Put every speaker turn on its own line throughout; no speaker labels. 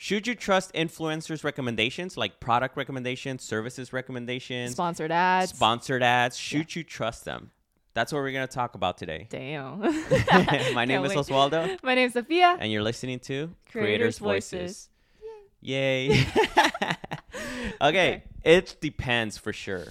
Should you trust influencers' recommendations, like product recommendations, services recommendations,
Sponsored ads.
sponsored ads? Should you trust them? That's what we're going to talk about today.
Damn.
My name is
Can't wait.
Oswaldo,
My name's Sophia.
and you're listening to
Creators' Voices.
Yay. okay,
Okay.
it depends for sure.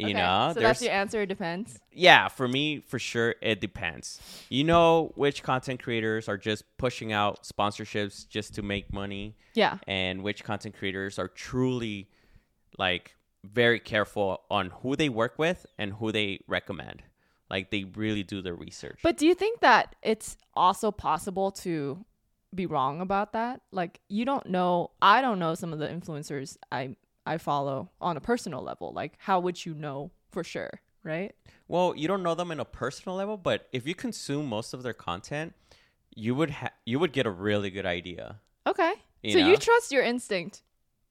You
Okay,
know,
so that's your answer. It depends.
yeah, for me, for sure, it depends. You know, which content creators are just pushing out sponsorships just to make money,
Yeah.
and which content creators are truly like very careful on who they work with and who they recommend. Like they really do their research.
But do you think that it's also possible to be wrong about that? Like you don't know I don't know some of the influencers I I follow on a personal level. Like how would you know for sure, right?
well, you don't know them in a personal level, but if you consume most of their content, you would ha- you would get a really good idea.
Okay.
You
so
know?
you trust your instinct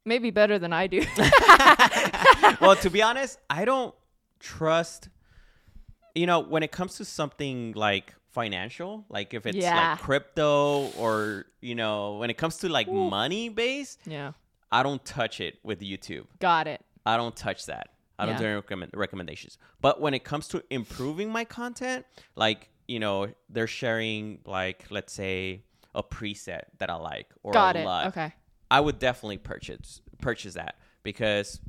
maybe better than I do.
well, to be honest, I don't trust. You know, when it comes to something like financial, like if it's
Yeah.
like crypto or you know, when it comes to like money based,
yeah.
I don't touch it with YouTube.
Got it.
I don't touch that. I don't
Yeah.
do any recommend- recommendations. But when it comes to improving my content, like you know, they're sharing like let's say a preset that I like or
Got
a
it.
LUT.
Okay.
I would definitely purchase purchase that because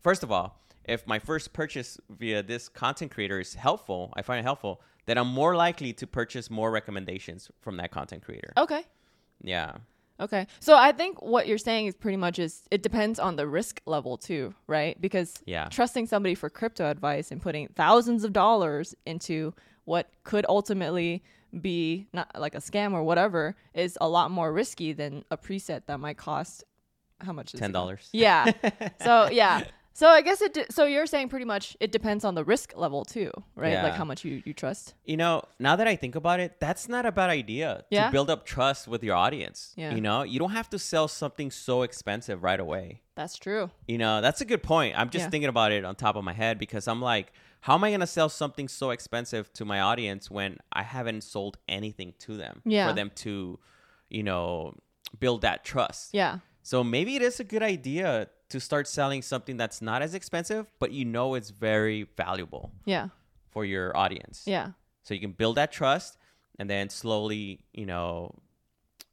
first of all, if my first purchase via this content creator is helpful, I find it helpful, then I'm more likely to purchase more recommendations from that content creator.
Okay.
Yeah.
Okay. So I think what you're saying is pretty much is it depends on the risk level too, right? Because
Yeah.
trusting somebody for crypto advice and putting thousands of dollars into what could ultimately be not like a scam or whatever is a lot more risky than a preset that might cost how much is it?
Ten dollars.
Yeah. so yeah. So I guess it. De- so you're saying pretty much it depends on the risk level too, right? Like
Yeah.
how much you you trust.
You know, now that I think about it, that's not a bad idea
Yeah.
to build up trust with your audience.
Yeah.
You know, you don't have to sell something so expensive right away.
That's true.
You know, that's a good point. I'm just
Yeah.
thinking about it on top of my head because I'm like, how am I going to sell something so expensive to my audience when I haven't sold anything to them
Yeah.
for them to, you know, build that trust?
Yeah.
So maybe it is a good idea to start selling something that's not as expensive, but you know it's very valuable
Yeah.
for your audience.
Yeah.
So you can build that trust and then slowly, you know,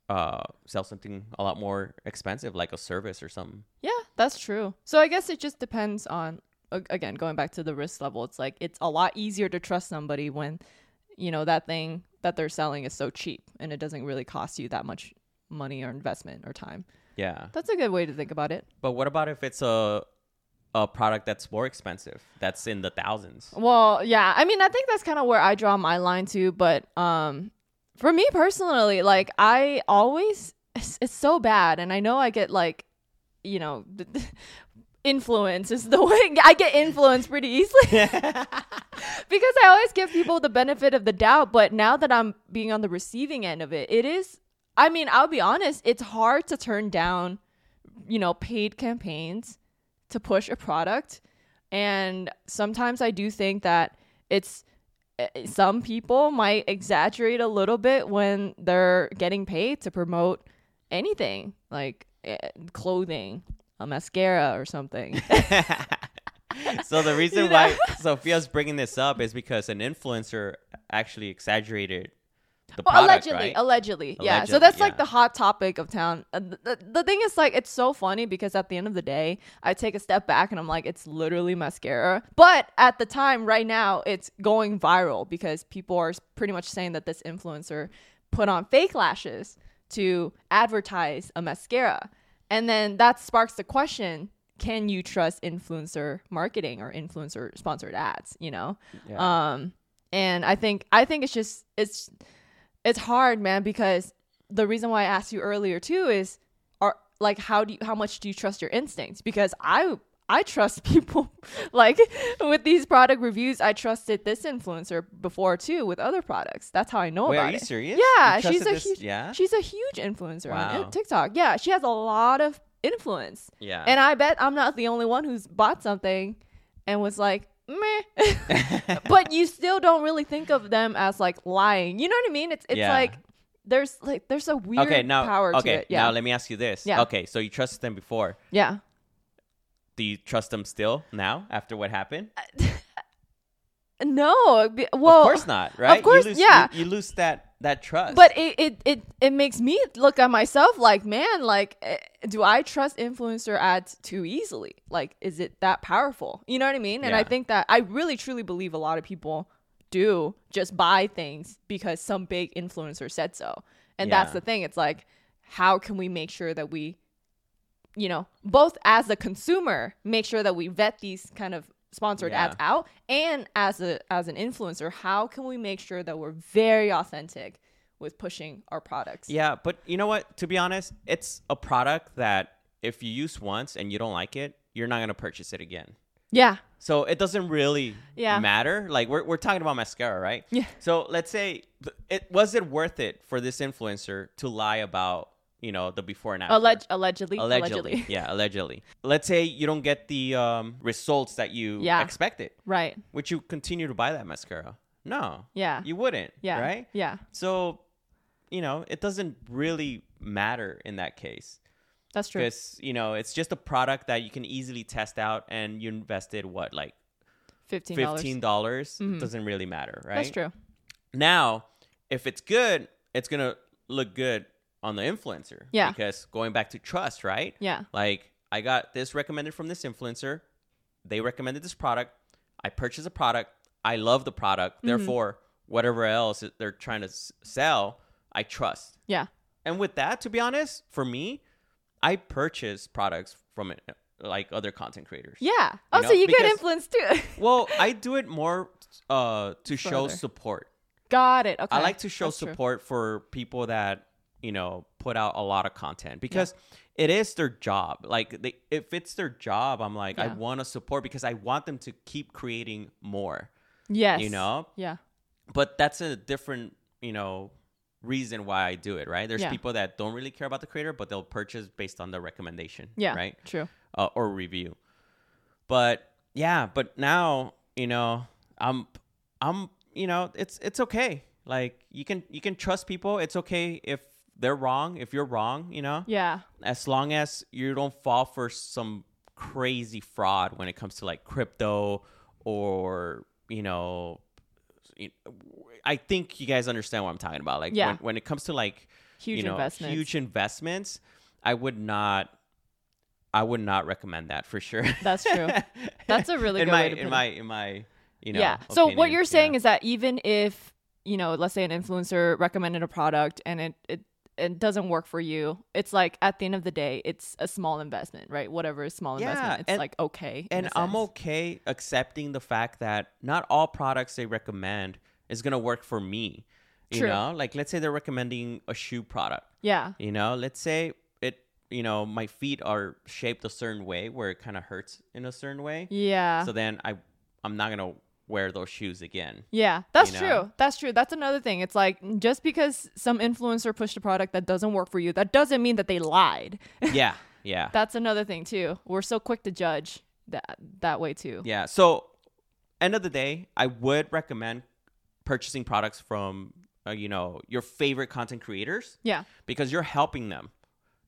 uh, sell something a lot more expensive, like a service or something.
Yeah, that's true. So I guess it just depends on a- again going back to the risk level. It's like it's a lot easier to trust somebody when you know that thing that they're selling is so cheap and it doesn't really cost you that much money or investment or time.
Yeah.
That's a good way to think about it.
But what about if it's a a product that's more expensive, that's in the thousands?
Well, yeah. I mean, I think that's kind of where I draw my line to, but um for me personally, like I always it's, it's so bad and I know I get like you know influence is the way I get influenced pretty easily. because I always give people the benefit of the doubt, but now that I'm being on the receiving end of it, it is I mean, I'll be honest, it's hard to turn down, you know, paid campaigns to push a product. And sometimes I do think that it's eh, some people might exaggerate a little bit when they're getting paid to promote anything like eh, clothing, a mascara or something.
so the reason
You know?
why Sophia's bringing this up is because an influencer actually exaggerated the
Well,
product,
allegedly,
right?
allegedly, yeah. so
Allegedly,
that's like
yeah.
the hot topic of town. Uh, th- th- The, thing is, like, it's so funny because at the end of the day, I take a step back and I'm like, it's literally mascara. But at the time, right now, it's going viral because people are s- pretty much saying that this influencer put on fake lashes to advertise a mascara, and then that sparks the question: Can you trust influencer marketing or influencer sponsored ads? You know. Um, and I think I think it's just it's it's hard, man, because the reason why I asked you earlier too is are like how do you how much do you trust your instincts? Because I I trust people like with these product reviews. I trusted this influencer before too with other products. That's how I know
Wait,
about
are you
it.
serious?
Yeah,
You
she's
trusted
a
this-
huge
yeah?
she's a huge influencer
Wow.
on TikTok. Yeah, she has a lot of influence.
yeah.
And I bet I'm not the only one who's bought something and was like, meh. but you still don't really think of them as like lying. You know what I mean? It's it's
Yeah.
like there's like there's a weird
okay, now
power
okay,
to it. Yeah.
now let me ask you this.
Yeah.
Okay, so you trusted them before.
yeah.
Do you trust them still now after what happened?
No. be- Well,
of course not, right?
course,
you lose,
yeah.
You, you lose that that trust.
But it, it it it makes me look at myself like, man, like, eh, do I trust influencer ads too easily? Like, is it that powerful? You know what I mean? And I
Yeah.
think that I really truly believe a lot of people do just buy things because some big influencer said so. And that's
Yeah.
the thing. It's like, how can we make sure that we, you know, both as a consumer, make sure that we vet these kind of sponsored
Yeah.
ads out and as a as an influencer how can we make sure that we're very authentic with pushing our products
yeah, but you know what? To be honest, it's a product that if you use once and you don't like it, you're not gonna purchase it again.
yeah
So it doesn't really
Yeah.
matter. Like we're we're talking about mascara, right?
Yeah.
So let's say th- it was it worth it for this influencer to lie about you know the before and after.
Alleg- allegedly
allegedly, yeah, allegedly. Let's say you don't get the um, results that you
Yeah.
expected.
right
Would you continue to buy that mascara? No.
yeah
You wouldn't.
yeah
Right.
yeah
So, you know, it doesn't really matter in that case
that's true
because you know it's just a product that you can easily test out, and you invested what like
15
fifteen dollars
Mhm.
doesn't really matter, right?
that's true
Now, if it's good, it's gonna look good on the influencer.
Yeah.
Because going back to trust, right?
yeah
Like I got this recommended from this influencer. They recommended this product. I purchased a product. I love the product. Therefore, whatever else that they're trying to s- sell, I trust.
yeah
And with that, to be honest, for me, I purchase products from it, like other content creators.
yeah oh so
know,
you get
because-
influenced too
Well, I do it more uh, to show
Further.
support.
got it okay
I like to show
That's true.
support for people that you know put out a lot of content because it is their job. Like they, if it's their job, I'm like I
Yeah.
want to support because I want them to keep creating more.
yes
You know,
yeah
but that's a different you know reason why I do it. Right? There's
Yeah.
people that don't really care about the creator, but they'll purchase based on the recommendation.
yeah
Right?
true
Uh, or review. But yeah, but now you know I'm I'm you know it's it's okay. Like you can you can trust people. It's okay if they're wrong, if you're wrong, you know.
yeah
As long as you don't fall for some crazy fraud when it comes to like crypto or you know you- I think you guys understand what I'm talking about. Like
Yeah.
when, when it comes to like
huge
you know,
investment
huge investments, I would not I would not recommend that for sure.
that's true that's a really
in
good
my
way to put
in
it.
my in my you know.
yeah. So what
opinion,
you're
yeah.
saying is that even if you know, let's say an influencer recommended a product and it it it doesn't work for you, it's like at the end of the day, it's a small investment, right? Whatever is small
Yeah,
investment, it's
and-
like okay. in
and
a
I'm
sense.
okay accepting the fact that not all products they recommend is gonna work for me. You
True.
know, like let's say they're recommending a shoe product.
yeah,
You know, let's say it you know, my feet are shaped a certain way where it kinda hurts in a certain way.
yeah,
So then I I'm not gonna wear those shoes again.
yeah. That's
know?
true. That's true. That's another thing. It's like just because some influencer pushed a product that doesn't work for you, that doesn't mean that they lied.
Yeah. Yeah.
That's another thing too. We're so quick to judge that that way too.
Yeah. So, end of the day, I would recommend purchasing products from uh, you know your favorite content creators
Yeah.
because you're helping them.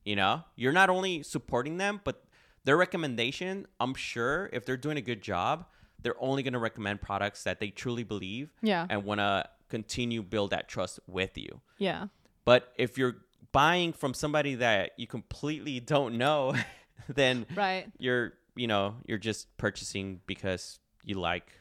You know, you're not only supporting them, but their recommendation. I'm sure if they're doing a good job, they're only going to recommend products that they truly believe
Yeah.
and want to continue build that trust with you.
Yeah.
But if you're buying from somebody that you completely don't know, then
Right.
you're you know you're just purchasing because you like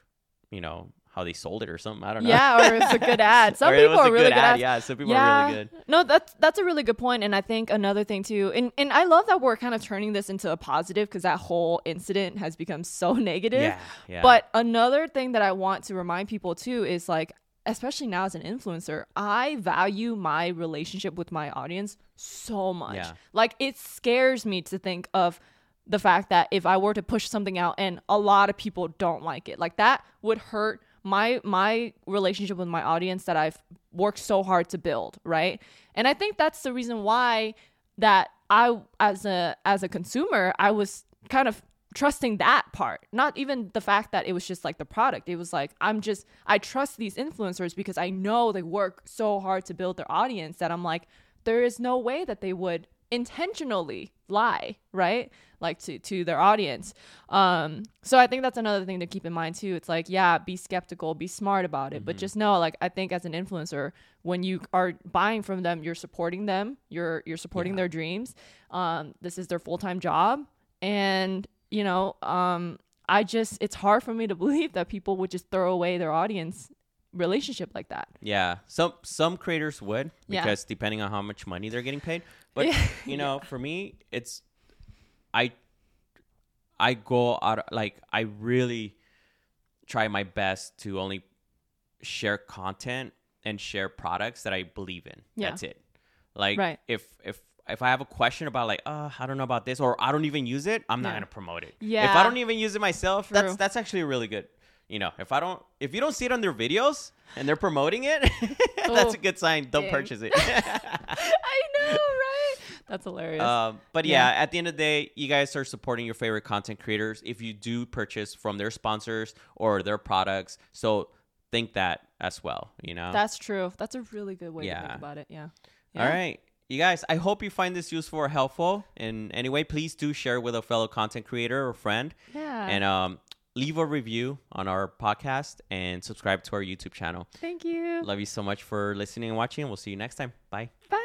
you know how they sold it or something i don't know
Yeah, or it's a good ad. Some
Or it
people
was a
are really good ads.
yeah some people are really good
No, that's that's a really good point, and I think another thing too, and and I love that we're kind of turning this into a positive because that whole incident has become so negative.
yeah yeah
But another thing that I want to remind people too is like, especially now as an influencer, I value my relationship with my audience so much.
Yeah.
Like, it scares me to think of the fact that if I were to push something out and a lot of people don't like it, like that would hurt my my relationship with my audience that I've worked so hard to build, right? And I think that's the reason why that I as a as a consumer, I was kind of trusting that part not even the fact that it was just like the product it was like i'm just i trust these influencers because i know they work so hard to build their audience that i'm like there is no way that they would intentionally lie right like to to their audience um so i think that's another thing to keep in mind too it's like yeah be skeptical be smart about it but just know like i think as an influencer when you are buying from them you're supporting them you're you're supporting
Yeah.
their dreams um this is their full-time job and you know um i just it's hard for me to believe that people would just throw away their audience relationship like that
Yeah, some some creators would
Yeah.
because depending on how much money they're getting paid. But
Yeah.
you know, for me, it's I I go out like I really try my best to only share content and share products that I believe in.
Yeah.
That's it. Like
Right.
if if if I have a question about like, uh, I don't know about this, or I don't even use it, I'm not
Yeah.
gonna promote it. If
Yeah.
I don't even use it myself, that's
True.
that's actually really good. You know, if I don't, if you don't see it on their videos and they're promoting it, that's a
Oh,
good sign. Don't
dang.
purchase it.
i know right that's hilarious
um, but yeah.
Yeah.
at the end of the day, you guys are supporting your favorite content creators if you do purchase from their sponsors or their products. So think that as well. You know.
that's true that's a really good way to
Uh, Yeah.
think about it yeah
All
Yeah.
right. You guys, I hope you find this useful or helpful in any way. Please do share with a fellow content creator or friend.
yeah
and um, leave a review on our podcast and subscribe to our YouTube channel.
thank you
Love you so much for listening and watching, and we'll see you next time. Bye.
bye